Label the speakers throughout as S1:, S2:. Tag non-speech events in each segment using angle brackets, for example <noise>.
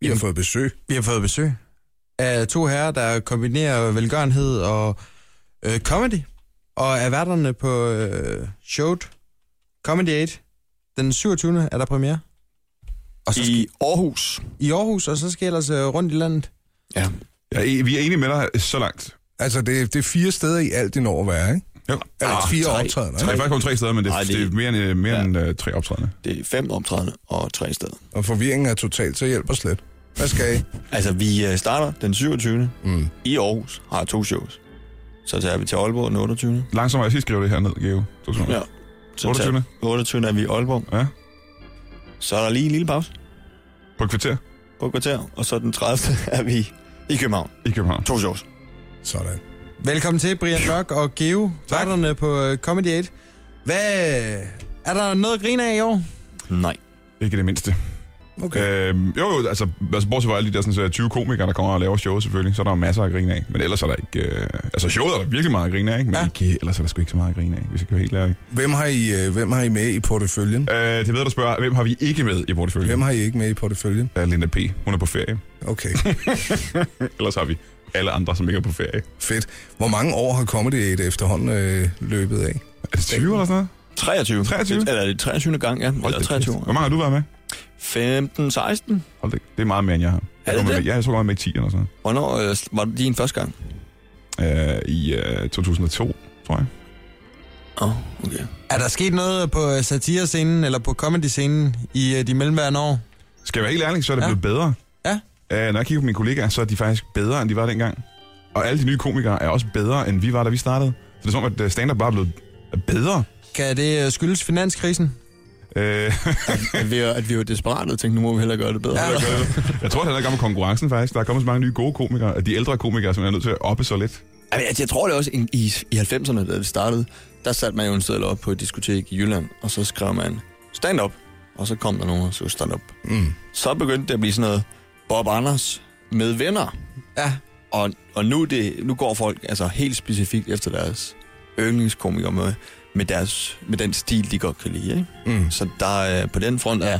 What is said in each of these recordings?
S1: Vi har fået besøg.
S2: Vi har fået besøg af to herrer, der kombinerer velgørenhed og øh, comedy, og er værterne på øh, showet Comedy 8. Den 27. er der premiere. Og så skal, I...
S3: I Aarhus.
S2: I Aarhus, og så skal jeg ellers øh, rundt i landet.
S3: Ja.
S4: Ja, e- vi er enige med dig så langt.
S1: Altså, det, det er fire steder i alt, det når at være, ikke?
S4: Jo.
S1: Eller
S3: Ah,
S1: fire
S3: tre.
S1: optrædener,
S4: Der er
S1: ikke?
S4: faktisk kun tre steder, men det,
S3: Nej,
S4: Ej,
S3: det-
S4: det, det er mere, end, mere ja. end uh, tre optrædende.
S3: Det er fem optrædende og tre steder.
S1: Og forvirringen er totalt, så hjælper slet. Hvad skal I?
S3: Altså, vi øh, starter den 27. Mm. i Aarhus, har to shows. Så tager vi til Aalborg den 28.
S4: Langsomt har jeg sidst skrevet det her ned, Geo. Ja.
S3: Ja. Så
S4: 28..
S3: Tager, 28. er vi i Aalborg.
S4: ja.
S3: Så er der lige en lille pause
S4: På et kvarter
S3: på et kvarter, og så den 30. <laughs> er vi i København.
S4: i København.
S3: To shows.
S1: Sådan.
S2: Velkommen til, Brian Mørk og Geo, værterne på øh, Comedy 8. Hvad, er der noget at grine af i år?
S3: Nej.
S4: Ikke det mindste.
S1: Okay.
S4: Øhm, jo, jo, altså, altså bortset fra alle de der sådan, så 20 komikere, der kommer og laver show selvfølgelig, så er der jo masser at grine af. Men ellers er der ikke... Øh, altså showet er der virkelig meget at grine af, ikke? Men ja.
S2: Ja.
S4: ikke, ellers er der sgu ikke så meget at grine af, hvis jeg kan være helt ærlig.
S1: Hvem har I, øh, hvem har I med i porteføljen?
S4: Øh, det ved du spørger, hvem har vi ikke med i porteføljen?
S1: Hvem har I ikke med i porteføljen?
S4: har... Linda P. Hun er på ferie.
S1: Okay,
S4: <laughs> Ellers har vi alle andre, som ikke er på ferie.
S1: fedt. Hvor mange år har Comedy 8 efterhånden øh, løbet af?
S4: Er det 20 eller sådan noget?
S3: 23.
S4: 23?
S3: Eller er det 23. gang, ja. Eller
S4: da
S3: 23.
S4: Hvor mange har du været med?
S3: 15, 16.
S4: Hold det, det er meget mere, end jeg har. Jeg
S3: det
S4: tror, man-
S3: det?
S4: Ja, jeg tror, jeg var med i 10 eller sådan
S3: Hvornår øh, var det din første gang?
S4: noget. øh, I øh, 2002, tror jeg.
S3: Åh, oh, okay.
S2: Er der sket noget på øh, satirescenen eller på comedy-scenen i øh, de mellemværende år?
S4: Skal jeg være helt ærlig, så er det
S2: Ja.
S4: ja. blevet bedre.
S2: Ja.
S4: Øh, når jeg kigger på mine kollegaer, så er de faktisk bedre, end de var dengang. Og alle de nye komikere er også bedre, end vi var, da vi startede. Så det er som om, at øh, stand-up bare er blevet bedre.
S2: Kan det øh, skyldes finanskrisen?
S4: Øh,
S3: <laughs>
S4: <laughs>
S3: At vi, er- at vi var desperate og tænkte, nu må vi hellere gøre det bedre.
S2: Ja.
S4: jeg tror, det handler ikke om konkurrencen faktisk. Der er kommet så mange nye gode komikere, at de ældre komikere som er nødt til at oppe så lidt.
S3: Jamen, altså, jeg tror det også, i, i, i 90'erne, da det startede, der satte man jo en seddel op på et diskotek i Jylland, og så skrev man stand up, og så kom der nogen og så stand up.
S1: Mm.
S3: Så begyndte det at blive sådan noget Bob Anders med venner,
S2: Ja,
S3: og, og nu, er det, nu går folk altså helt specifikt efter deres yndlingskomikere med, med, deres, med den stil, de godt kan lide. Ikke?
S1: Mm.
S3: Så der øh, på den front er,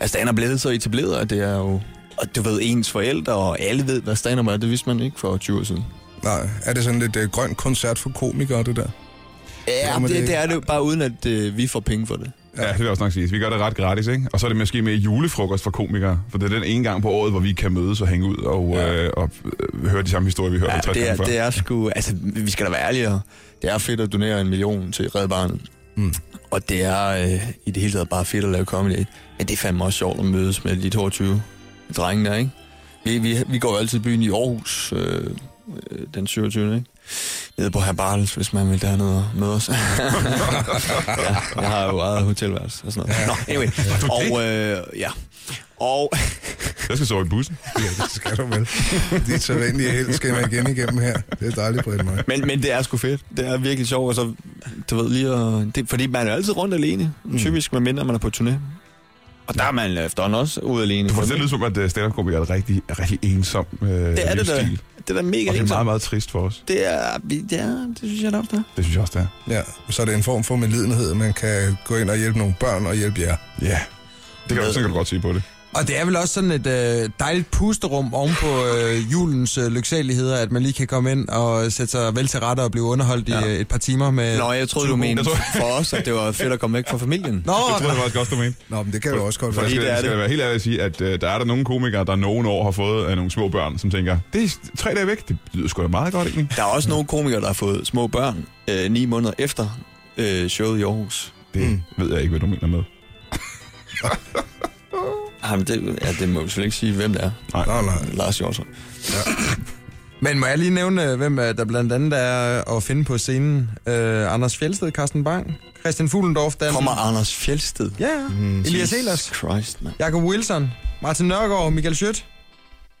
S3: er stand blevet så etableret, at det er jo... Og du ved, ens forældre og alle ved, hvad stand er. Det vidste man ikke for 20 år siden.
S1: Nej, er det sådan lidt øh, grøn koncert for komikere, det der?
S3: Ja,
S1: Jamen,
S3: det,
S1: det-
S3: det er det jo bare uden, at øh, vi får penge for det.
S4: Ja, det vil jeg også nok sige. Vi gør det ret gratis, ikke? Og så er det måske mere julefrokost for komikere. For det er den ene gang på året, hvor vi kan mødes og hænge ud og, ja. øh, og øh, høre de samme historier, vi hørte ja,
S3: Ja,
S4: 50
S3: det er,
S4: gange før.
S3: det er sgu... Altså, vi skal da være ærlige. Det er fedt at donere en million til Red Barnet.
S1: Mm.
S3: Og det er øh, i det hele taget bare fedt at lave comedy. Men det er fandme også sjovt at mødes med de 22 drenge der, ikke? Vi, vi, vi går jo altid i byen i Aarhus øh, øh, den 27. Ikke? Nede på Herbarles, hvis man vil dernede og møde os. <laughs> ja, jeg har jo eget hotelværelse og sådan noget. Nå, anyway. Og øh, ja. Og
S4: Jeg skal sove i bussen.
S1: Ja, det skal du vel. Dit så venlige held skal man igen igennem her. Det er dejligt, Britt Møg.
S3: Men, men det er sgu fedt. Det er virkelig sjovt. Og så, du ved, lige at, det, fordi man er altid rundt alene. Mm. Typisk, med mindre man er på turné. Og der er man efterhånden også ude alene.
S4: Du får det til at lyde som, at øh, stand-up-komikere er et rigtig, rigtig ensom øh,
S3: det er det da.
S4: livsstil.
S3: Det er da mega
S4: Og det er meget,
S3: ensomt.
S4: meget trist for os.
S3: Det er, vi- det er, det synes jeg da ofte.
S4: Det synes jeg også, det er.
S1: Ja, så er det en form for medlidenhed, man kan gå ind og hjælpe nogle børn og hjælpe jer.
S4: Ja. Det kan, sådan kan du godt sige på det.
S2: og det er vel også sådan et øh, dejligt pusterum ovenpå øh, julens øh, lyksaligheder, at man lige kan komme ind og sætte sig vel til rette og blive underholdt ja. i øh, et par timer med...
S3: Nå, jeg troede, du mente
S4: Jeg
S3: for os, at det var fedt at komme væk fra familien.
S2: Nå,
S4: Det tror jeg faktisk også, du mente.
S1: Nå, men det kan jo også godt
S4: Fordi
S1: være.
S4: skal,
S3: det er
S4: det
S3: det.
S4: skal jeg være helt ærlig at sige, at øh, der er der nogle komikere, der nogen år har fået øh, nogle små børn, som tænker, det er s- tre dage væk, det lyder sgu da meget godt, egentlig.
S3: Der er også nogle komikere, der har fået små børn øh, ni måneder efter øh, showet i Aarhus.
S4: Det mm. ved jeg ikke, hvad du mener med.
S3: Jamen, det, ja, det må vi selvfølgelig ikke sige, hvem det er.
S1: Nå, nej.
S3: Lars Jorsson.
S2: Men må jeg lige nævne, øh, hvem øh, der blandt andet er øh, at finde på scenen? Øh, Anders Fjeldsted, Carsten Bang, Christian Fuglendorf, Dan...
S3: Kommer Anders Fjeldsted.
S2: Ja, mm, Elias
S3: Jesus
S2: Elers,
S3: Christ, mand.
S2: Jakob Wilson, Martin Nørgaard, Michael Schødt.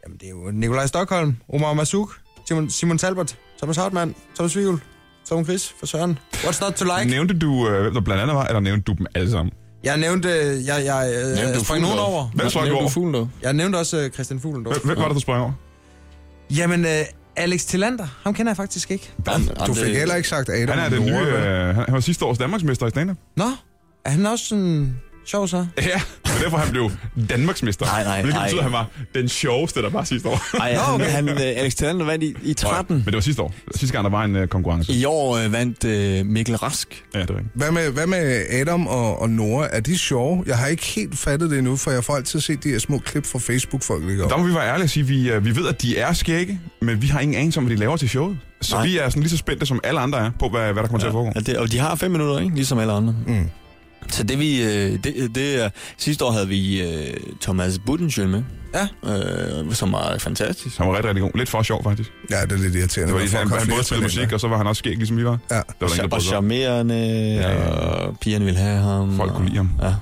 S2: Jamen, det er jo Nikolaj Stockholm, Omar Masuk, Simon, Simon Talbot, Thomas Hartmann, Thomas Vivl, Tom Chris for Søren. What's not to like?
S4: Nævnte du, øh, hvem der blandt andet var, eller nævnte du dem alle sammen?
S2: Jeg nævnte... øh, Jeg, jeg, øh,
S3: Nævnte du
S2: sprang nogen
S3: Fuglendorf?
S2: over.
S4: Hvem sprang du over?
S3: fuglen dog?
S2: Jeg nævnte også øh, Christian Fuglendorf.
S4: Hvem- Hvem var det, du sprang over?
S2: Jamen, øh, Alex Tillander, ham kender jeg faktisk ikke.
S1: Du
S3: øh,
S1: fik heller ikke sagt Adam
S4: Han er den
S1: Nora,
S4: nye,
S1: vel?
S4: øh, han han var sidste års Danmarksmester i stand
S2: Nå, er han også sådan... Sjov så.
S4: Ja, og derfor han blev Danmarksmester.
S3: Nej, nej,
S4: Hvilket
S3: nej.
S4: betyder, at han var den sjoveste, der var sidste år.
S3: Ej, han, han, øh, Alex Talander vandt i, i 13.
S4: Men det var sidste år. Sidste gang, der var en øh, konkurrence.
S3: I år øh, vandt øh, Mikkel Rask.
S4: Ja, det er rigtigt.
S1: Hvad med, hvad med Adam og, og Nora? Er de sjove? Jeg har ikke helt fattet det endnu, for jeg får altid set de her små klip fra Facebook-folk, ikke?
S4: Der må vi være ærlige og sige, at vi, øh, vi ved, at de er skægge, men vi har ingen anelse om, hvad de laver til showet. Så
S3: Nej.
S4: vi er sådan lige så spændte, som alle andre er, på hvad, hvad der kommer ja. til at foregå.
S3: Ja, det, og de har fem minutter, ikke? ligesom alle andre.
S1: Mm.
S3: Så det vi... øh, Det, det, er- sidste år havde vi øh, Thomas Budensjø med.
S2: Ja.
S3: Øh, som var fantastisk.
S4: Han var rigtig, rigtig god. Lidt for sjov, faktisk.
S1: Ja, det er lidt irriterende.
S4: Det
S1: når
S4: var, lige,
S1: folk
S4: han,
S1: har
S4: han
S1: flere
S4: både spillede
S1: talenter.
S4: musik, og så var han også skæg, ligesom vi var.
S1: Ja.
S4: Der var der ingen, der
S3: og
S4: brød sig om.
S3: charmerende, ja,
S4: ja.
S3: ja. og pigerne ville have ham.
S4: Folk
S3: og,
S4: kunne lide ham.
S3: Ja.
S1: Nå,
S3: Det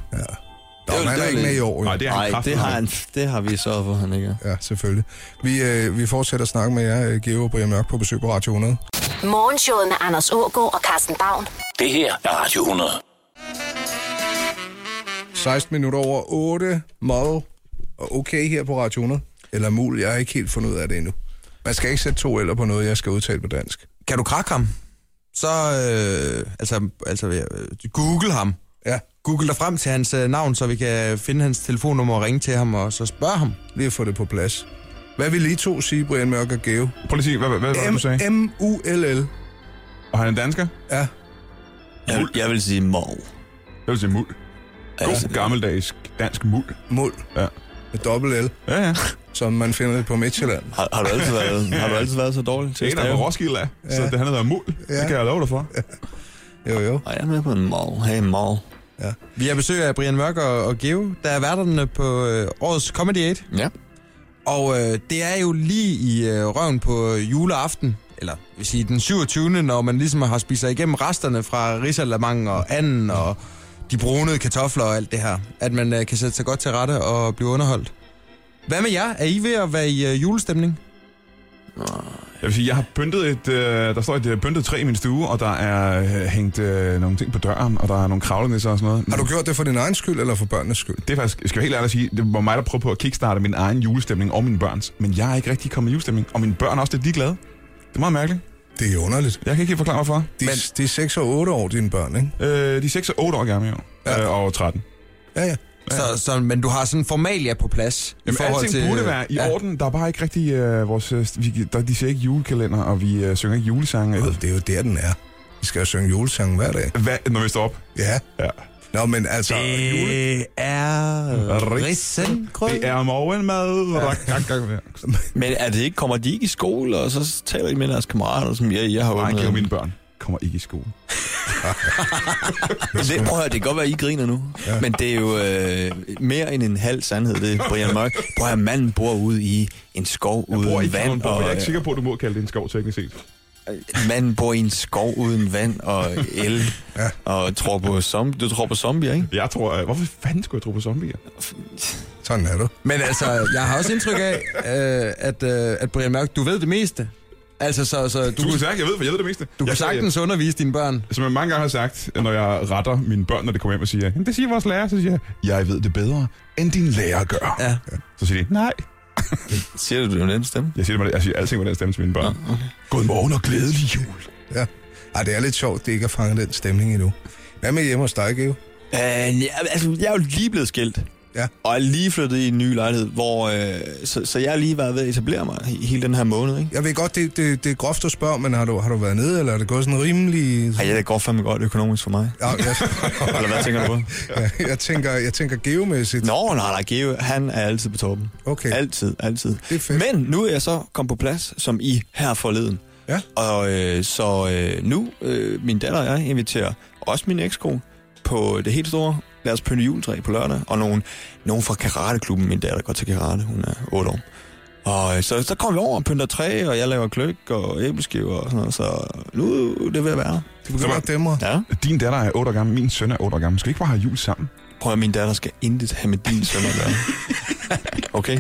S3: var-
S1: men han
S3: det
S1: er
S3: var
S1: ikke med
S3: lidt-
S1: i år, jo.
S4: Nej, det er han
S3: Nej, det
S4: kraftigt.
S3: har, han, det har vi sørget for, han ikke er.
S1: Ja, selvfølgelig. Vi, øh, vi fortsætter at snakke med jer, øh, Geo og Brian Mørk, på besøg på Radio 100.
S5: Morgenshowet med Anders Ågaard og Carsten Baum.
S6: Det her er Radio 100.
S1: 16 minutter over 8, mål og okay her på Radio 100. Eller mul, jeg har ikke helt fundet ud af det endnu. Man skal ikke sætte to eller på noget, jeg skal udtale på dansk.
S2: Kan du krakke ham? Så, øh, altså, altså øh, google ham.
S1: Ja,
S2: Google dig frem til hans øh, navn, så vi kan finde hans telefonnummer og ringe til ham, og så spørge ham.
S1: lige at få det på plads. Hvad vil I to sige, Brian Mørk og Geo?
S4: Prøv lige at sige, hvad, hvad, hvad var det, du sagde?
S1: M-U-L-L.
S4: Og han er dansker?
S1: Ja,
S3: Jeg, vil- jeg vil sige Altså, mor.
S4: Jeg vil sige muld.
S1: Altså,
S4: God gammeldags dansk muld.
S1: mul.
S4: Ja.
S1: Med dobbelt L,
S4: Ja, ja.
S1: som man finder det på Midtjylland.
S3: Har, har, du altid været, har du altid været så dårlig
S4: Det
S3: til
S4: er
S3: at
S4: en, der er
S3: stave?
S4: fra Roskilde af, så det handler om muld. Det kan jeg love dig for.
S1: Jo, jo.
S3: Ej, jeg er med på en mor. Hey, mor.
S2: Vi har besøg af Brian Mørk og, og Geo, der er værterne på øh, årets Comedy 8.
S3: Ja.
S2: Og øh, det er jo lige i øh, røven på juleaften, eller jeg vil sige den 27. når man ligesom har spist sig igennem resterne fra risalamang og anden og de brunede kartofler og alt det her, at man øh, kan sætte sig godt til rette og blive underholdt. Hvad med jer? Er I ved at være i øh, julestemning?
S4: Jeg vil sige, jeg har pyntet et, øh, der står et øh, pyntet træ i min stue, og der er øh, hængt øh, nogle ting på døren, og der er nogle kravlenisser og sådan noget.
S1: Har du gjort det for din egen skyld, eller for børnenes skyld?
S4: Det er faktisk, skal jeg helt ærligt sige, det var mig, der prøvede på at kickstarte min egen julestemning og mine børns. Men jeg er ikke rigtig kommet i julestemning, og mine børn er også lidt ligeglade. Det er meget mærkeligt.
S1: Det er underligt.
S4: Jeg kan ikke helt forklare, hvorfor.
S1: De, Men... de er 6 og 8 år, dine børn, ikke?
S4: Øh, de er 6 og 8 år gamle i år,
S1: Ja.
S4: ja. øh, og 13.
S1: Ja, ja.
S2: Ja. Så, så, men du har sådan formalia på plads
S4: Jamen,
S2: i forhold
S4: alting
S2: til... øh,
S4: til... burde være i
S2: ja.
S4: ja. orden. Der er bare ikke rigtig øh, vores... øh, Vi, der, de ser ikke julekalender, og vi øh, synger ikke julesange.
S1: Gud, Det er jo der, den er. Vi skal jo synge julesangen hver dag.
S4: Hvad, når vi står op?
S1: Ja.
S4: Ja.
S1: Nå, men altså... Jule...
S2: Det Øh, er risengrød.
S4: Det er morgenmad. Ja.
S3: Men er det ikke, kommer de ikke i skole, og så taler de med deres kammerater, som jeg, jeg har
S4: Nej,
S3: åbnet?
S4: Geo, mine børn kommer ikke i skole.
S3: <laughs> Det, prøv at høre, det kan godt være, I griner nu, ja. men det er jo øh, mere end en halv sandhed, det er Brian Mørk. Prøv at høre, manden bor ude i en skov
S4: Jeg bor
S3: uden
S4: ikke i
S3: vand,
S4: Kalundborg, men jeg er
S3: og
S4: ikke sikker på, at du må kalde det en skov teknisk set.
S3: øh, manden bor i en skov uden vand og el, ja. og tror på zombie. Du tror på zombier, ikke?
S4: Jeg tror, øh, hvorfor fanden skulle jeg tro på zombier?
S1: Sådan er du.
S2: Men altså, jeg har også indtryk af, øh, at, øh, at Brian Mørk, du ved det meste. Altså, så, så du,
S4: Du
S2: kunne,
S4: kan sagt, jeg ved, for jeg ved det meste.
S2: du
S4: jeg,
S2: kunne sagtens undervise dine børn.
S4: Som jeg mange gange har sagt, når jeg retter mine børn, når de kommer hjem og siger, "Jamen, det siger vores lærer, så siger jeg, jeg ved det bedre, end din lærer gør.
S2: Ja.
S4: Så siger de, nej.
S3: Siger du det med den stemme?
S4: Jeg siger, det, med- jeg siger alting med den stemme til mine børn. Godmorgen og glædelig jul.
S1: Ja. Ej, det er lidt sjovt, det ikke har fanget den stemning endnu. Hvad med hjemme hos dig, Geo?
S3: Øh, ja, altså, jeg er jo lige blevet skilt.
S1: Ja.
S3: Og er lige flyttet i en ny lejlighed, hvor, øh, så, så jeg har lige været ved at etablere mig i hele den her måned, ikke?
S1: Jeg ved godt, det, det, det er groft at spørge, men har du, har du været nede, eller er det gået sådan rimelig...
S3: Ej, ja, det går fandme godt økonomisk for mig.
S1: Ja, jeg,
S3: <laughs> Eller hvad tænker du på?
S1: jeg, jeg, tænker, jeg tænker geomæssigt.
S3: Nå, nej, nej, Geo, han er altid på toppen.
S1: Okay.
S3: Altid, altid.
S1: Det er fedt.
S3: Men nu er jeg så kommet på plads, som I her forleden.
S1: Ja.
S3: Og øh, så øh, nu, øh, min datter og jeg inviterer også min ekskone på det helt store Lad os pynte juletræ på lørdag, og nogen, nogen fra karateklubben, min datter går til karate, hun er 8 år. Og øh, så, så kommer vi over og pynter træ, og jeg laver kløk og æbleskiver og sådan noget, så nu er det ved at være.
S1: Du begynder at dæmre.
S3: Ja.
S4: Din datter er 8 år gammel, min søn er 8 år gammel. Skal vi ikke bare have jul sammen?
S3: Prøv at min datter skal intet have med din søn at gøre. Okay?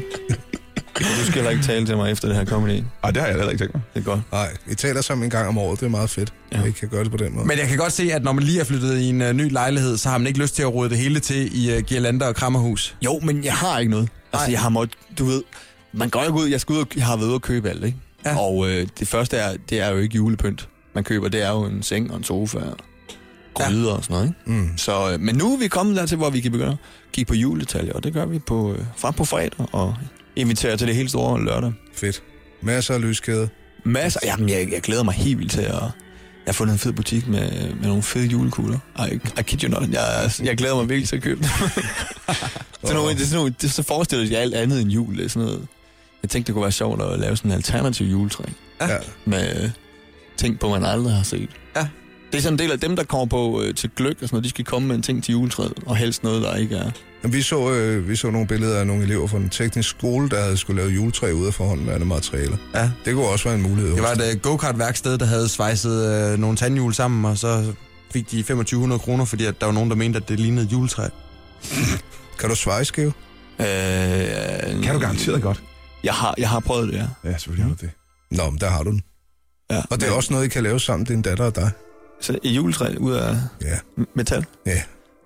S3: Og du skal heller ikke tale til mig efter det her comedy. Det
S4: Ej, det har jeg heller ikke tænkt mig.
S3: er godt.
S1: Nej, vi taler sammen en gang om året. Det er meget fedt. Ja.
S3: Ja.
S1: Vi kan gøre det på den måde.
S2: Men jeg kan godt se, at når man lige er flyttet i en uh, ny lejlighed, så har man ikke lyst til at rode det hele til i uh, girlander og krammerhus.
S3: Jo, men jeg har ikke noget. Altså, jeg har måttet, du ved, man går ikke ud, jeg, skal ud og, jeg har været ude og købe alt, ikke?
S2: Ja.
S3: Ja. Og øh, det første er, det er jo ikke julepynt, man køber, det er jo en seng og en sofa og gryder ja. og sådan noget. Ikke? Mm. Så, øh, men nu er vi kommet dertil, hvor vi kan begynde at kigge på juledetaljer, og det gør vi på, øh, frem på fredag, og inviterer til det helt store lørdag.
S1: Fedt. Masser af lyskæder.
S3: Masser. Jamen, jeg, jeg glæder mig helt vildt til at... Jeg har fundet en fed butik med, med nogle fede julekugler. I, I kid you not. Jeg, jeg glæder mig virkelig til at købe dem. sådan nogle, det er sådan nogle, det, så forestiller jeg alt andet end jul. Det er sådan noget. Jeg tænkte, det kunne være sjovt at lave sådan en alternativ juletræ.
S1: Ja.
S3: Med øh, ting på, man aldrig har set.
S2: Ja.
S3: Det er sådan en del af dem, der kommer på øh, til gløk og sådan noget. De skal komme med en ting til juletræet, og helst noget, der ikke er...
S1: Jamen, vi, så, øh, vi så nogle billeder af nogle elever fra en teknisk skole, der havde skulle lave juletræ ude af forhåndværende materialer.
S2: Ja.
S1: Det kunne også være en mulighed.
S2: Det var et øh, go-kart-værksted, der havde svejset øh, nogle tandhjul sammen, og så fik de 2500 kroner, fordi at der var nogen, der mente, at det lignede et juletræ.
S1: Kan du svejskæve?
S3: Øh,
S4: Kan du garanteret godt?
S3: Jeg har, jeg har prøvet det, ja.
S4: Ja, selvfølgelig har du det.
S1: Mm. Nå, men der har du den.
S3: ja.
S1: Og det er også noget, I kan lave sammen, din datter og dig.
S3: Så et juletræ ud af
S1: Ja,
S3: metal?
S1: ja.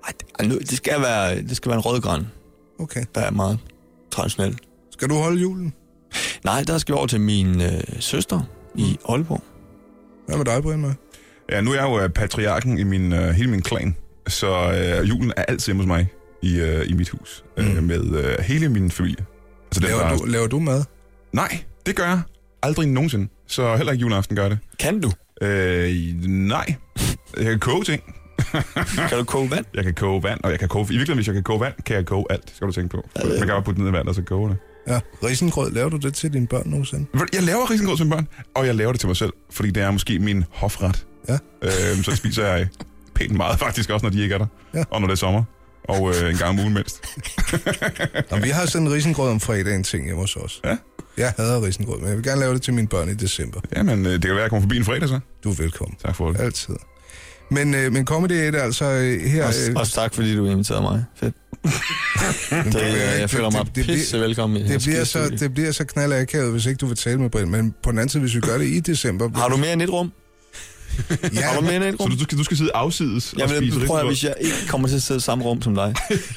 S3: Ej, det, ej, nu- det, skal være, det skal være en rødgran,
S1: Okay.
S3: der er meget traditionel.
S1: Skal du holde julen?
S3: Nej, der skal vi over til min øh, søster i
S4: Mm.
S3: Aalborg.
S1: Hvad med dig, Brian? Mørk?
S4: Ja, nu er jeg jo øh, patriarken i min, øh, hele min klan, så øh, julen er altid hjemme hos mig i, øh, i mit hus, øh, med øh, hele min familie. Altså, den,
S1: Laver
S4: der-
S1: du, laver du mad?
S4: Nej, det gør jeg aldrig nogensinde, så heller ikke juleaften gør det.
S3: Kan du?
S4: Øh, nej. Jeg kan koge ting.
S3: Kan du koge vand?
S4: Jeg kan koge vand, og jeg kan koge... I virkeligheden, hvis jeg kan koge vand, kan jeg koge alt, skal du tænke på. Man kan bare putte det ned i vand, og så koge det.
S1: Ja. Risengrød, laver du det til dine børn nogensinde?
S4: Ved du, Jeg laver risengrød som børn, og jeg laver det til mig selv, fordi det er måske min hofret.
S1: Ja.
S4: Øh, så spiser jeg pænt meget faktisk også, når de ikke er der.
S1: Ja.
S4: Og når det er sommer. Og øh, en gang om ugen mindst.
S1: Nå, vi har sådan en risengrød om fredagen ting hjemme hos os.
S4: Ja.
S1: Jeg hader risengrød, men jeg vil gerne lave det til mine børn i december.
S4: Jamen, øh, det kan være, at jeg kommer forbi en fredag så.
S1: Du er velkommen.
S4: Tak for det.
S1: Altid. Men, øh, men comedy er det altså øh, her...
S3: Også,
S1: Øh,
S3: også tak, fordi du inviterede mig. Fedt.
S1: men
S3: Det,
S1: bliver
S3: jeg,
S1: ikke-
S3: jeg føler mig
S1: det- det bliver-
S3: pisse velkommen. i
S1: Det
S3: jeres
S1: bliver, så,
S3: skidestudie.
S1: det bliver så knaldakavet, hvis ikke du vil tale med Brian. Men på den anden side, hvis vi gør det i december...
S3: Har du mere end et rum?
S1: ja,
S3: Har du mere end et
S4: Så
S3: rum?
S4: du, du, skal, du skal sidde afsides og
S3: Jamen,
S4: spise
S3: prøv at,
S4: risengrød.
S3: hvis jeg ikke kommer til at sidde i samme rum som
S4: <laughs>
S3: dig,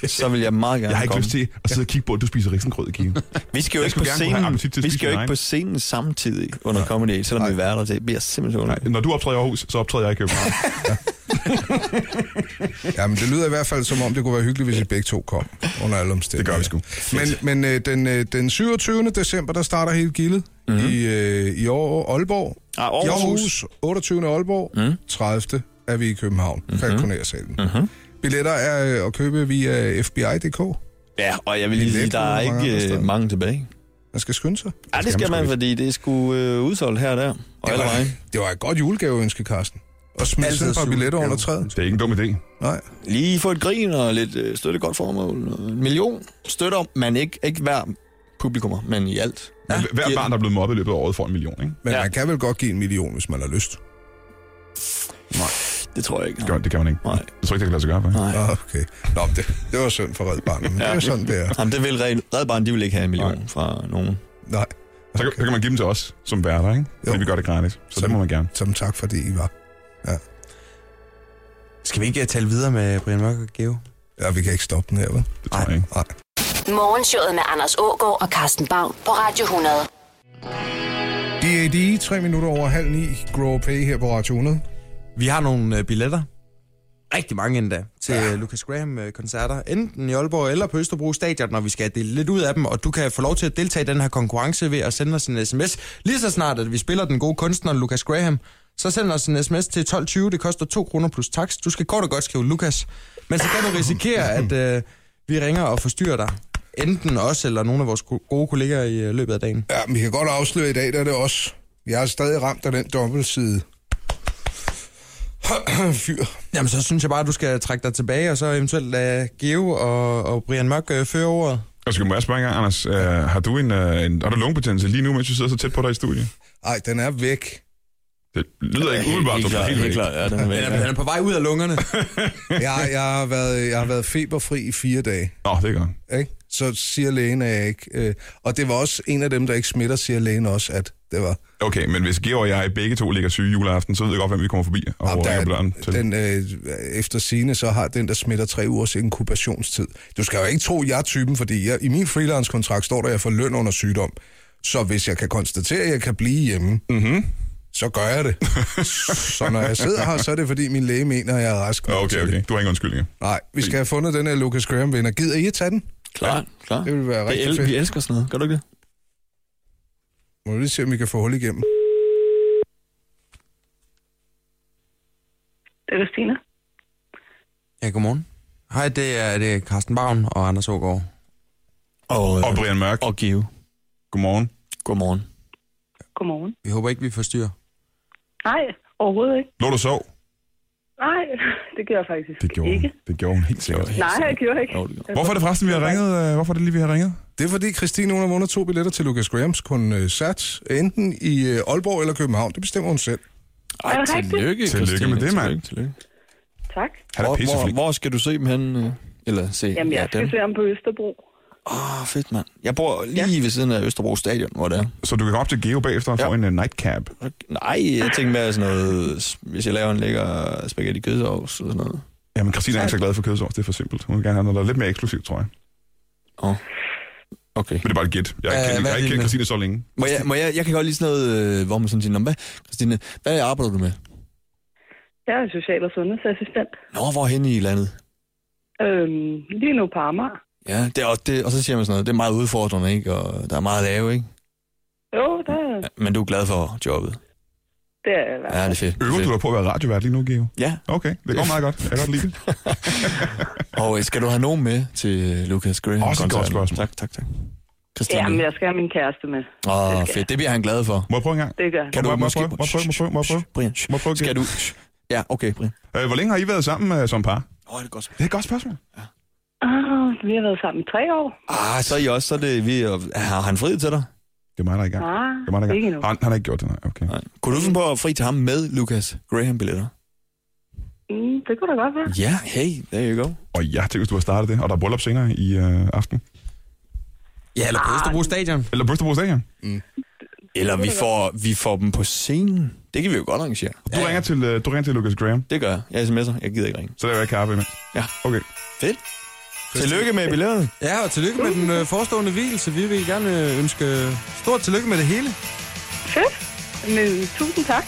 S3: så vil jeg meget gerne
S4: Jeg har ikke
S3: komme.
S4: lyst til at sidde og kigge på, at du spiser risengrød i kigge.
S3: Vi skal jo ikke
S4: Jeg
S3: på
S4: skulle gerne kunne have
S3: scenen,
S4: appetit til at
S3: vi
S4: spise
S3: skal jo
S4: min
S3: ikke
S4: egen.
S3: på scenen samtidig under Comedy Aid, selvom vi er værter til. Det bliver simpelthen
S4: Nej,
S3: underligt.
S4: når du optræder i Aarhus, så optræder jeg i
S1: <laughs>
S4: København.
S1: ja, men det lyder i hvert fald, som om det kunne være hyggeligt, hvis I begge to kom under alle omstændigheder.
S4: Det gør vi
S1: Men, men øh, den, øh, den 27. december, der starter hele gildet
S4: Mhm.
S1: mm-hmm. i, øh, i år, Aalborg.
S3: Ah,
S1: I
S3: Aarhus.
S1: Aarhus, 28. Aalborg,
S4: Mhm.
S1: mm. 30. er vi i København, mm-hmm. Falconer-salen. Mm-hmm. Billetter er øh, at købe via FBI.dk.
S3: Ja, og jeg vil lige
S1: Det er
S3: sige,
S1: lidt
S3: der er
S1: mange andre
S3: ikke
S1: steder.
S3: øh, mange tilbage.
S1: Man skal skynde sig.
S3: Ja, det skal man, fordi det er sgu øh, udsolgt her og der. Og alle vejen.
S1: det var et godt julegaveønske, Carsten. Og smide
S2: Altid
S1: sådan et par billetter under træet.
S4: Det er ikke en dum idé.
S1: Nej.
S3: Lige få et grin og lidt øh, støtte godt formål. Og En million støtter man ikke, ikke hver publikummer, men i alt.
S4: Men Hver
S3: giver
S4: barn, der er blevet mobbet i løbet af året, får en million, ikke?
S1: Men ja.
S3: Ja.
S1: man kan vel godt give en million, hvis man har lyst.
S3: Det tror jeg ikke.
S4: Gør, det kan man ikke.
S3: Nej.
S4: Jeg tror ikke, det kan lade sig gøre. faktisk.
S3: Nej.
S1: Ah, Okay. Nå, men det, det var synd for Red Barnet, men ja. det er sådan, det er.
S3: Jamen, det vil Red, Red Barn, de vil ikke have en million
S4: Nej.
S3: fra nogen.
S1: Nej,
S4: Så, kan, så kan man give dem til os som værter, ikke? Fordi
S1: Jo.
S4: vi gør det gratis. Så,
S1: Så-
S4: det må man gerne.
S1: som tak fordi I var.
S2: Skal vi ikke øh, tale videre med Brian Mørk og Geo?
S1: Ja, vi kan ikke stoppe den her, vel?
S4: Det tror jeg ikke.
S1: Nej.
S5: Morgenshowet med Anders Ågaard og Carsten Baum på Radio 100.
S1: DAD, 3 minutter over halv ni, Grow og Play her på Radio 100.
S2: Vi har nogle øh, billetter. Rigtig mange endda. Til ja. Lucas Graham-koncerter. Enten i Aalborg eller på Østerbro Stadion, når vi skal dele lidt ud af dem. Og du kan få lov til at deltage i den her konkurrence ved at sende os en sms. Lige så snart, at vi spiller den gode kunstner Lucas Graham, så send os en sms til 12.20. Det koster 2 kroner plus tax. Du skal kort og godt skrive Lucas. Men så kan du risikere, at øh, vi ringer og forstyrrer dig. Enten os eller nogle af vores ko- gode kolleger i øh, løbet af dagen.
S1: Ja, men vi kan godt afsløre i dag, der er det også. Jeg er stadig ramt af den dobbeltside. Fyr.
S2: Jamen, så synes jeg bare, at du skal trække dig tilbage, og så eventuelt lade Geo og, og Brian Mørk øh, føre ordet.
S4: Og skal må jeg spørge en gang, Anders, øh, har du en, øh, en, har du lungebetændelse lige nu, mens du sidder så tæt på dig i studiet?
S1: Ej, den er væk.
S4: Det lyder ikke umiddelbart,
S3: helt,
S4: som
S3: klart, helt klart. Ja, den er væk, ja.
S2: er på vej ud af lungerne.
S1: Jeg, jeg, har, været, jeg har været feberfri i fire dage.
S4: Nå, det er godt.
S1: Ikke? Så siger lægen, at jeg ikke... Øh, og det var også en af dem, der ikke smitter, siger lægen også, at det var...
S4: Okay, men hvis Georg og jeg begge to ligger syge juleaften, så ved jeg godt, hvem vi kommer forbi og
S1: Jamen,
S4: Jamen,
S1: der
S4: ringer på døren
S1: er,
S4: til.
S1: den, øh, efter sine så har den, der smitter tre ugers inkubationstid. Du skal jo ikke tro, jeg er typen, fordi jeg, i min
S4: Mhm.
S1: freelance-kontrakt står der, at jeg får løn under sygdom. Så hvis jeg kan konstatere, at jeg kan blive hjemme, mm-hmm. så gør jeg det. så når jeg sidder her, så er det fordi min læge mener, at jeg er rask.
S4: Nå,
S1: nok
S4: Okay,
S1: til det.
S4: okay. Du har ingen undskyldninger.
S1: Nej, vi skal have fundet den her Lucas Graham-vinder. Gider I at tage den?
S3: Klart, klart.
S1: Det ville være
S3: Det
S1: rigtig
S3: el-
S1: fedt.
S3: vi elsker sådan noget, gør du ikke det?
S1: Må vi lige se, om vi kan få hul igennem.
S7: Det er Christina.
S2: <laughs> Ja, godmorgen. Hej, det er, det er Carsten Bavn og Anders Ågaard.
S3: Og,
S4: Og
S3: øh,
S4: Brian Mørk,
S3: og Give.
S4: godmorgen.
S3: Godmorgen.
S7: Godmorgen.
S2: Vi håber ikke, vi forstyrrer.
S7: Nej, overhovedet ikke.
S4: Lå du og sov?
S7: Nej, det gør jeg faktisk
S4: Det gjorde
S7: ikke.
S4: hun. Det gjorde hun helt sikkert.
S7: Nej, jeg gjorde ikke.
S3: Jo, det gjorde.
S4: Hvorfor er det forresten, vi har ringet? øh, Hvorfor er det lige, vi har ringet?
S1: Det er fordi Christine, hun har vundet to billetter til Lucas Grahams koncert, enten i øh, Aalborg eller København. Det bestemmer hun selv.
S3: Ej,
S7: Er det rigtigt?
S3: tillykke,
S4: Tillykke
S3: Christine.
S4: med det, mand.
S3: Tillykke, tillykke.
S7: Tak.
S4: Han er
S3: Hvor, hvor,
S4: pisseflink.
S3: hvor skal du se dem hen? øh? Eller se
S7: Jamen, jeg
S3: dem?
S7: skal se ham på Østerbro.
S3: Åh, oh, fedt, mand. Jeg bor lige ja. ved siden af Østerbro Stadion, hvor det er.
S4: Så du kan komme op til Geo bagefter og få
S3: Ja.
S4: en øh, nightcap.
S3: Nej, jeg tænkte mere sådan noget, hvis jeg laver en lækker spaghetti kødsovs eller sådan noget.
S4: Jamen, Christina er ikke så glad for kødsovs. Det er for simpelt. Hun vil gerne have noget, der er lidt mere eksklusivt, tror jeg.
S3: Okay.
S4: Men det er bare et gæt. Jeg har ikke
S2: Ja,
S4: kendt-
S2: hvad
S4: jeg har ikke
S2: er
S4: kendt
S2: din-
S4: Christina så længe.
S3: Må jeg, må jeg, jeg kan godt lide sådan noget, øh, hvor man sådan siger, "Nå, men hvad, Christine, hvad arbejder du med?
S7: Jeg er social- og sundhedsassistent.
S3: Nå, hvor hen i landet?
S7: Øhm, lige nu på Amager.
S3: Ja, det er også, det, og så siger man sådan noget, det er meget udfordrende, ikke? Og der er meget at lave, ikke?
S7: Jo, der,
S3: Ja, men du er glad for jobbet.
S7: det er jeg. i hvert
S3: Ja,
S7: fald.
S3: det er fedt.
S4: Øver
S3: fedt.
S4: du dig på at være radiovært lige nu, Geo?
S3: Ja,
S4: Okay, det går meget godt. Jeg kan godt lide det.
S3: og øh, skal du have nogen med til øh, Lucas Graham?
S4: Også et godt
S3: koncerten?
S4: spørgsmål.
S3: Tak, tak, tak. Christine.
S7: Jamen, jeg skal have min kæreste med.
S3: Åh,
S7: det skal
S3: fedt. Det bliver han glad for.
S4: Må jeg prøve en gang?
S7: Det gør jeg.
S4: Kan du
S3: du
S4: må,
S3: måske-
S4: måske... Må jeg prøve, må jeg prøve, må jeg prøve?
S3: Brian, shh,
S4: Må jeg prøve
S3: skal du...
S4: igen?
S3: shh. Ja, okay, Brian.
S4: Øh, hvor længe har I været sammen øh, som par?
S3: Åh, det er godt
S4: Det er et godt spørgsmål.
S7: Ah, vi har været sammen i tre år.
S3: Ah, så er I også, så er det vi... og- Har han fri til dig?
S4: Det er mig, der er i gang.
S7: Ah,
S4: Det er mig, der er i
S7: ikke
S4: gang.
S7: endnu.
S4: Han, han har ikke gjort det, nej. Okay.
S3: Nej. Kunne du finde på at fri til ham med Lucas Graham-billetter?
S7: Mm, det kunne da godt være.
S3: Ja, hey, there you go.
S4: Og ja, tænk, hvis du har startet det, og der er bryllup senere i øh, aften.
S2: Ja, eller på Østerbro Stadion.
S4: Eller Bristol Stadion.
S3: Eller vi får, vi får dem på scenen. Det kan vi jo godt arrangere.
S4: Du, ja. ringer til, øh, du ringer til Lucas Graham,
S3: Det gør jeg. Jeg sms'er. Jeg gider ikke ringe.
S4: så laver jeg kaffe imens.
S3: Ja.
S4: Okay.
S3: Fedt. Tillykke med billetterne.
S2: Ja, og tillykke med den øh, forestående hvilelse. Vi vil gerne øh, ønske stort tillykke med det hele.
S7: Fedt. Men, tusind tak.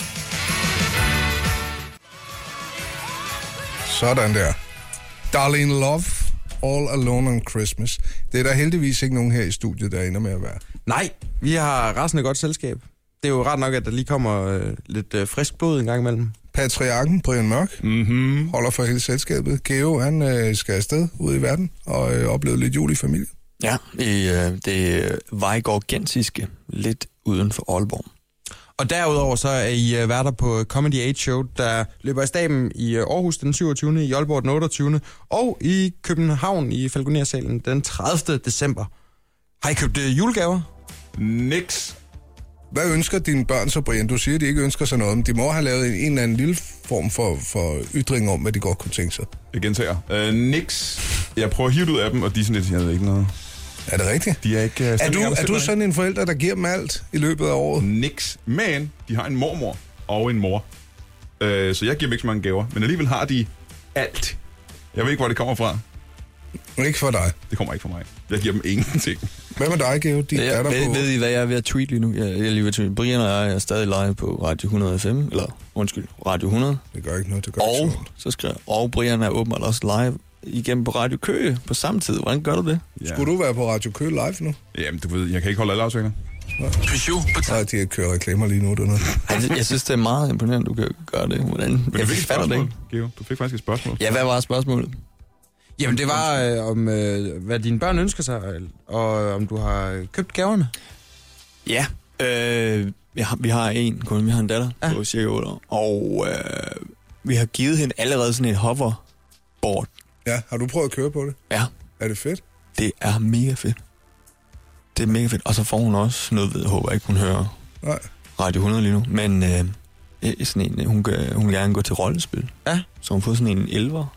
S1: Sådan der. Darlene Love, All Alone on Christmas. Det er der heldigvis ikke nogen her i studiet, der ender med at være.
S2: Nej, vi har resten af godt selskab. Det er jo ret nok, at der lige kommer øh, lidt øh, frisk blod en gang imellem.
S1: Patriarken, Brian Mørk, mm-hmm. holder for hele selskabet. Geo, han øh, skal afsted ud i verden og øh, opleve lidt jul i familie.
S3: Ja, i øh, det øh, vejgårdgensiske, lidt uden for Aalborg.
S2: Og derudover så er I øh, værter på Comedy 8 Show, der løber i staben i øh, Aarhus den 27., i Aalborg den 28. og i København i Falconer-salen den 30. december. Har I købt øh, julegaver?
S4: Nix.
S1: Hvad ønsker dine børn så, Brian? Du siger, at de ikke ønsker sig noget, men de må have lavet en, en eller anden lille form for, for ytring om, hvad de godt kunne tænke sig.
S4: Jeg gentager. Øh, nix. Jeg prøver at hive det ud af dem, og de er sådan lidt, jeg ved ikke noget.
S1: Er det rigtigt?
S4: De er ikke... Øh,
S1: Er
S4: stemmer
S1: du, er
S4: ikke,
S1: du
S4: stemmer
S1: sådan en forælder, der giver dem alt i løbet af året?
S4: ikke. Nix. Men de har en mormor og en mor. Øh, så jeg giver dem ikke så mange gaver. Men alligevel har de alt. Jeg ved ikke, hvor det kommer fra.
S1: Ikke for dig.
S4: Det kommer ikke fra mig. Jeg giver dem ingenting.
S1: Hvad med dig, Geo? Din
S3: Jeg,
S1: datter
S3: ved,
S1: på...
S3: ved I, hvad jeg er ved at tweet lige nu? Jeg, jeg er lige ved at tweet. Brian og jeg er stadig live på Radio 105, eller undskyld, Radio 100.
S1: Det gør ikke noget, det gør ikke
S3: Og
S1: så ondt.
S3: så skriver jeg, og Brian er åbenbart også live igennem på Radio Køge på samme tid. Hvordan gør du det?
S4: Ja.
S1: Skulle du være på Radio Kø live nu?
S4: Jamen, du ved, jeg kan ikke holde alle aftaler.
S6: Peugeot på
S1: Nej, de kører reklamer lige nu dernede.
S3: Jeg, jeg synes, det er meget imponerende, du kan gøre det. Hvordan?
S4: Men
S3: jeg
S4: du fik et
S3: fatter det
S4: spørgsmål,
S3: ikke.
S4: Geo. Du fik faktisk et spørgsmål.
S3: Ja, hvad var spørgsmålet?
S2: Jamen det var øh, om, øh, hvad dine børn ønsker sig, og øh, om du har købt gaverne.
S3: Ja, øh, jeg har, vi har en kun, vi har en datter ja. på cirka 8 år, og øh, vi har givet hende allerede sådan et hoverboard.
S1: Ja, har du prøvet at køre på det?
S3: Ja,
S1: Er det fedt?
S3: det er mega fedt. Det er mega fedt. Og så får hun også noget ved, jeg håber ikke, hun hører
S1: Nej.
S3: Radio 100 lige nu, men øh, øh, sådan en, hun, kan, hun vil gerne gå til rollespil.
S2: Ja.
S3: Så hun får sådan en elver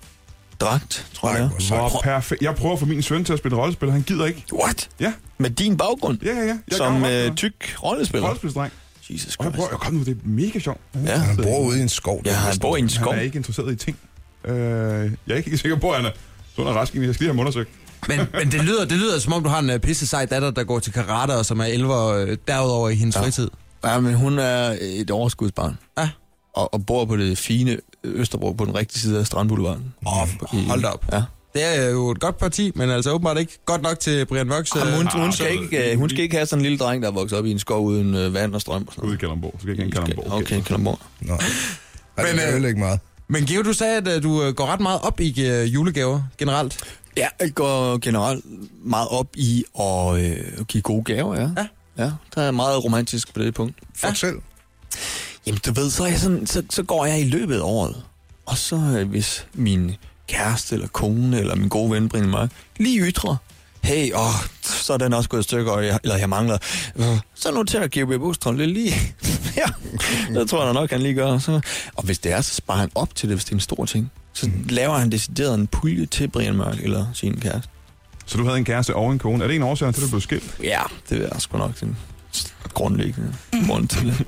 S3: dragt, tror
S1: Nej,
S3: jeg.
S1: hvor
S4: Hvor
S1: sejt.
S4: perfekt. Jeg prøver at få min søn til at spille rollespil. Han gider ikke.
S3: What?
S4: Ja.
S3: Med din baggrund?
S4: Ja, ja, ja. Jeg
S3: som
S4: kan godt
S3: øh,
S4: gøre.
S3: tyk rollespiller?
S4: Rollespilsdreng.
S3: Jesus
S4: Og jeg
S3: Christ.
S4: prøver, jeg kom nu, det er mega sjovt.
S3: Ja.
S1: Han bor ude i en skov.
S3: Ja, han bor i en skov.
S4: Han er ikke interesseret i ting. Øh, jeg er ikke sikker på, at han er sund og rask, men jeg skal lige have ham undersøgt.
S2: Men, men det, lyder, det lyder som om, du har en øh, pisse sej datter, der går til karate, og som er elver øh, derudover i hendes ja. fritid.
S3: Ja, men hun er et overskudsbarn.
S2: Ja.
S3: Og, og bor på det fine Østerbro, på den rigtige side af Strandboulevarden.
S2: Åh,
S3: I-
S2: hold da op.
S3: Ja.
S2: Det er jo et godt parti, men altså åbenbart ikke godt nok til Brian Vox. øh,
S3: Jamen, hun, hun,
S4: Ah, så-
S3: skal ikke, øh, hun skal ikke have sådan en lille dreng, der er vokset op i en skov uden øh, vand og strøm og sådan
S4: Ude
S3: noget.
S4: i Kalundborg. Så skal jeg ikke engang Kalundborg.
S3: Okay, Kalamborg.
S1: Nå. Ej, det
S2: Men,
S1: er
S2: øh,
S1: heller ikke meget.
S2: Men Geo, du sagde, at øh, du øh, går ret meget op i øh, julegaver generelt.
S3: Ja, jeg går generelt meget op i at øh, give gode gaver, ja.
S2: Ja.
S3: Ja, der er meget romantisk på det punkt.
S1: Fortæl.
S3: Jamen, du ved, så, er jeg sådan, så, så går jeg i løbet af året. Og så øh, hvis min kæreste eller kone eller min gode ven bringer mig lige ytrer, hey, åh, så er den også gået i stykker, og jeg, eller jeg mangler, øh, så noterer G.B. Bostrøm det lige. <laughs> ja, det tror jeg da nok, han lige gør. Så, og hvis det er, så sparer han op til det, hvis det er en stor ting. Så laver han decideret en pulje til Brian Mørk eller sin kæreste.
S4: Så du havde en kæreste og en kone. Er det en årsag til, at du blev skilt?
S3: Ja, det er sgu nok sådan grundlæggende grund til det.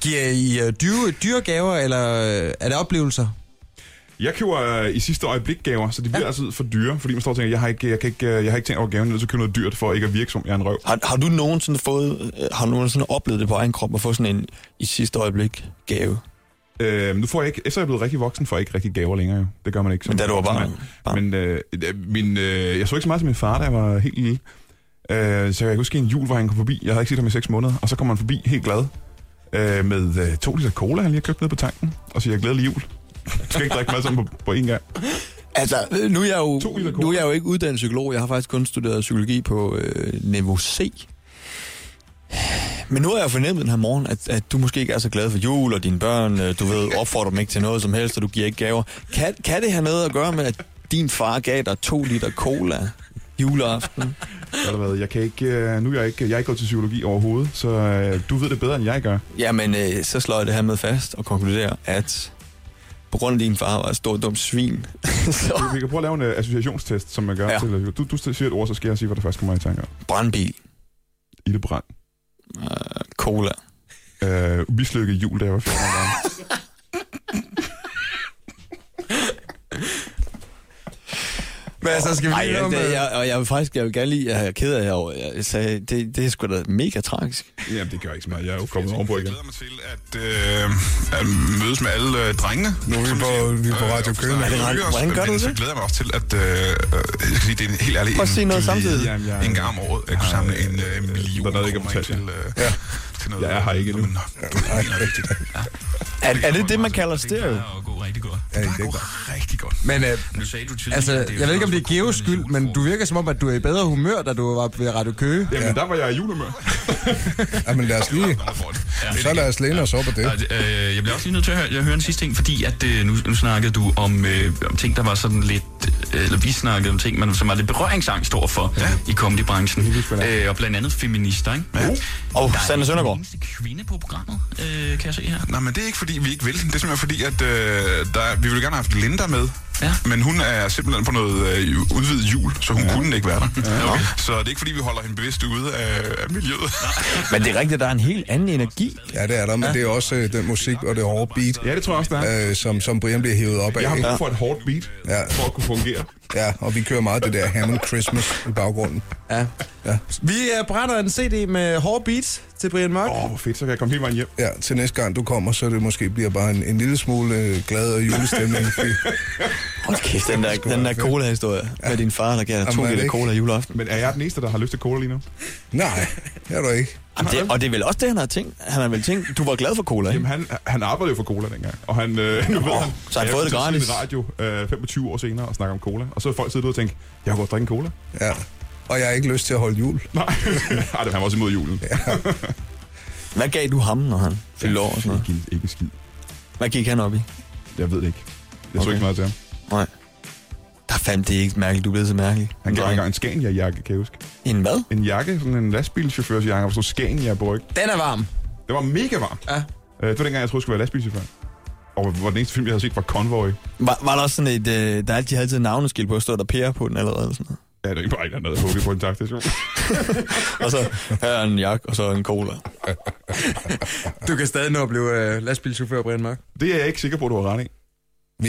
S2: Giver I øh, dyre, dyre gaver, eller øh, er det oplevelser?
S4: Jeg køber øh, i sidste øjeblik gaver, så de bliver ja. altid for dyre, fordi man står og tænker, jeg har ikke, jeg kan ikke, øh, jeg har ikke tænkt over gaven, jeg er nødt til at købe noget dyrt for ikke at virke som jeg er en røv.
S3: Har, har du nogensinde fået, øh, har du nogensinde oplevet det på egen krop at få sådan en i sidste øjeblik gave?
S4: Øh, nu får jeg ikke, efter jeg er blevet rigtig voksen, får jeg ikke rigtig gaver længere jo. Det gør man ikke. som
S3: Men da du var
S4: voksen
S3: barn.
S4: mand.
S3: Barn.
S4: Men øh, øh, min, øh, jeg så ikke så meget til min far, da jeg var helt lille. Øh, så jeg kan huske en jul, hvor han kom forbi. Jeg havde ikke set ham i 6 måneder. Og så kom han forbi helt glad øh, med øh, to liter cola, han lige har købt ned på tanken. Og siger, glædelig jul. Du skal ikke drikke meget sammen på, på én gang.
S3: Altså, øh, nu er, jeg jo,
S4: To liter cola.
S3: nu er jeg jo ikke uddannet psykolog. Jeg har faktisk kun studeret psykologi på øh, niveau C. Men nu har jeg fornemmet den her morgen, at, at du måske ikke er så glad for jul, og dine børn, øh, du ved, opfordrer dem ikke til noget som helst, og du giver ikke gaver. Kan, kan det have noget at gøre med, at din far gav dig to liter cola juleaften?
S4: Ved du hvad, Jeg kan ikke, øh, nu er jeg ikke, jeg er ikke gået til psykologi overhovedet, så øh, du ved det bedre, end jeg gør.
S3: Jamen, øh, så slår jeg det her med fast og konkluderer, at på grund af din far var et stort dumt <laughs> svin, så
S4: Vi kan prøve at lave en øh, associationstest, som man gør. Ja.
S3: Ja.
S4: Til, du, du siger et ord, så skal jeg sige, hvad der først kommer i tanke om.
S3: brandbil,
S4: Ildebrand.
S3: øh, cola.
S4: Øh, mislykket jul, da jeg var 14 år gammel.
S2: Men altså, skal vi
S3: Ej,
S2: lige høre
S3: jeg,
S2: om, øh,
S3: det, jeg, og jeg vil faktisk jeg vil gerne lige, jeg er ked af herovre. Jeg sagde, det, det er sgu da mega tragisk.
S4: <laughs> Jamen, det gør ikke så meget. Jeg er jo kommet ovenpå igen.
S8: Jeg glæder mig til at, øh, at mødes med alle øh, drengene.
S1: Nu er vi
S8: som
S1: på-
S8: siger.
S1: vi er på
S8: Øh,
S1: Radio
S8: og
S1: Køge.
S8: snakke
S1: Er det
S8: hygge
S3: radio-
S8: os,
S3: hvordan gør
S8: men
S3: du
S8: Så
S3: det?
S8: glæder jeg mig også til, at øh, øh, jeg skal sige, det er en helt ærlig...
S3: Prøv at
S8: en
S3: sige noget
S8: glæde.
S3: samtidig.
S4: Jamen, jeg-
S8: En gang om året, jeg kunne samle en øh, million
S4: der er noget, jeg kan
S8: kroner
S4: betale,
S8: til, øh, til noget.
S4: Jeg er her ikke endnu.
S8: Nå, men, nå, du ved, det er vigtigt.
S3: Er, er det det, man kalder stereo?
S8: Det går rigtig godt.
S1: Ja,
S8: Det
S1: det er
S8: går rigtig godt.
S2: Men øh,
S8: Nu sagde du tidligere,
S2: altså,
S8: at er jo
S2: jeg ved ikke, om det er
S8: sådan
S2: Geos
S8: også for
S2: skyld,
S8: corona,
S2: men du virker som om, at du er i bedre humør, da du var ved Radio Køge.
S4: Jamen, der var jeg i julehumør.
S1: Jamen lad os lige...
S8: Nå, for det.
S1: Så lad os læne os op af det.
S8: Og, øh, jeg bliver også lige nødt til at høre, jeg hører en sidste ting, fordi at øh, nu, nu snakkede du om, øh, om ting, der var sådan lidt, øh, eller vi snakkede om ting, man, som var lidt berøringsangst overfor ja. i comedybranchen. Øh, og blandt andet feminister, ikke? Ja.
S3: Åh, oh, Sander
S8: Den
S3: Søndergaard.
S8: eneste kvinde på programmet, øh, kan jeg se her.
S9: Nej, men det er ikke fordi, vi ikke vil. Det er simpelthen fordi, at øh, der, vi ville gerne have haft Linda med.
S8: Ja.
S9: Men hun er simpelthen på noget øh, udvidet jul, så hun ja. kunne ikke være der. Ja, okay. Så det er ikke fordi, vi holder hende bevidst ude af, af miljøet.
S3: Men det er rigtigt, der er en helt anden energi.
S1: Ja, det er der, men det er også øh, den musik og det hårde beat,
S4: Ja, det tror jeg også, der er.
S1: øh, som, som Brian bliver hævet op af.
S4: Jeg har
S1: ikke?
S4: brug for et hårdt beat,
S1: Ja.
S4: for at kunne fungere.
S1: Ja, og vi kører meget det der Hammond Christmas i baggrunden.
S2: Ja.
S1: Ja.
S2: Vi øh, brænder en CD med hårde beats til Brian Mørk.
S4: Åh, oh, hvor fedt, så kan jeg komme hele vejen hjem.
S1: Ja, til næste gang du kommer, så det måske bliver bare en, en lille smule øh, glad og julestemning.
S3: <laughs>
S1: fordi-
S3: Hold kæft, den der, den der cola-historie med din far, der gav dig to
S1: Jamen, er det
S3: liter
S1: ikke-
S3: cola juleaften.
S4: Men er jeg den eneste, der har lyst til cola lige nu?
S1: Nej, det er du ikke.
S3: Jamen, det, og det er vel også det, han har tænkt. Han har vel tænkt, du var glad for cola,
S4: Jamen,
S3: ikke?
S4: han, han arbejdede jo for cola dengang. Og han, øh, <laughs> nu ved han,
S3: så han
S4: at jeg
S3: fået det
S4: skal sidde i
S3: gratis.
S4: en radio øh, 25 år senere og snakke om cola. Og så er folk siddet og tænkt, jeg har godt drikke en cola.
S1: Ja. Og jeg har ikke lyst til at holde jul.
S4: Nej, <laughs> Ej, det- han var også imod julen. Ja,
S3: Hvad gav du ham, når han fyldte år og sådan noget?
S4: Ikke, en- ikke en skid.
S3: Hvad gik han op i?
S4: Jeg ved det ikke. Jeg så
S3: Okay.
S4: ikke meget til ham.
S3: Nej. Der fandt det ikke mærkeligt, du blev så mærkelig.
S4: Han gav mig
S3: Nej.
S4: engang en Scania-jakke, kan jeg huske.
S3: En hvad?
S4: En jakke, sådan en lastbilchaufførs jakke, hvor der stod Scania på ryggen.
S2: Den er varm.
S4: Det var mega varmt.
S2: Ja.
S4: Øh, det var dengang, jeg troede, jeg skulle være lastbilchauffør. Og hvor den eneste film, jeg havde set, var Convoy.
S3: Var, var der også sådan et, øh, der er altid altid navneskilt på, stod der Per på den allerede eller sådan noget.
S4: Ja, det er ikke bare en eller anden, der havde hugget på en taktation.
S3: Og så her er en jak, og så en cola.
S2: Du kan stadig nå at blive øh, lastbilchauffør, Brian Mørk.
S4: Det er jeg ikke sikker på, du har ret i.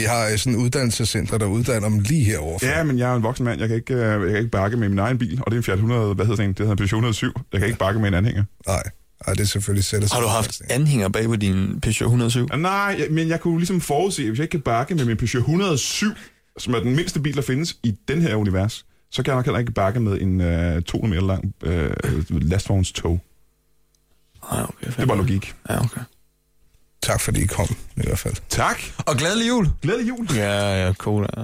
S1: Vi har øh, sådan et uddannelsescenter, der uddanner dem lige herovre.
S4: Ja, men jeg er en voksen mand. Jeg kan ikke, øh, jeg kan ikke bakke med min egen bil. Og det er en Fiat 100, hvad hedder sådan en? Det hedder en Peugeot 107. Jeg kan ikke bakke med en anhænger.
S1: Nej. Ej, det er selvfølgelig sætter sig.
S3: Har du haft anhænger bag på din Peugeot 107?
S4: Ah, Nej, jeg- men jeg kunne ligesom forudse, at hvis jeg ikke kan bakke med min Peugeot 107, som er den mindste bil, der findes i den her univers, så kan jeg nok heller ikke bakke med en øh, 200 meter lang øh, lastvognstog.
S3: Nej, okay.
S4: Det var logik.
S3: Ja, okay.
S1: Tak fordi I kom, i hvert fald.
S4: Tak.
S2: Og glædelig jul!
S4: Glædelig jul.
S3: Ja, ja, cola. ja.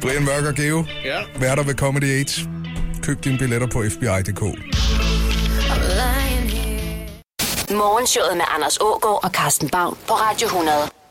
S1: Brian Mørk og Geo, ja. værter ved Comedy AIDS. Køb dine billetter på fbi.dk.
S5: Morgenshowet med Anders Ågaard og Carsten Baum på Radio 100.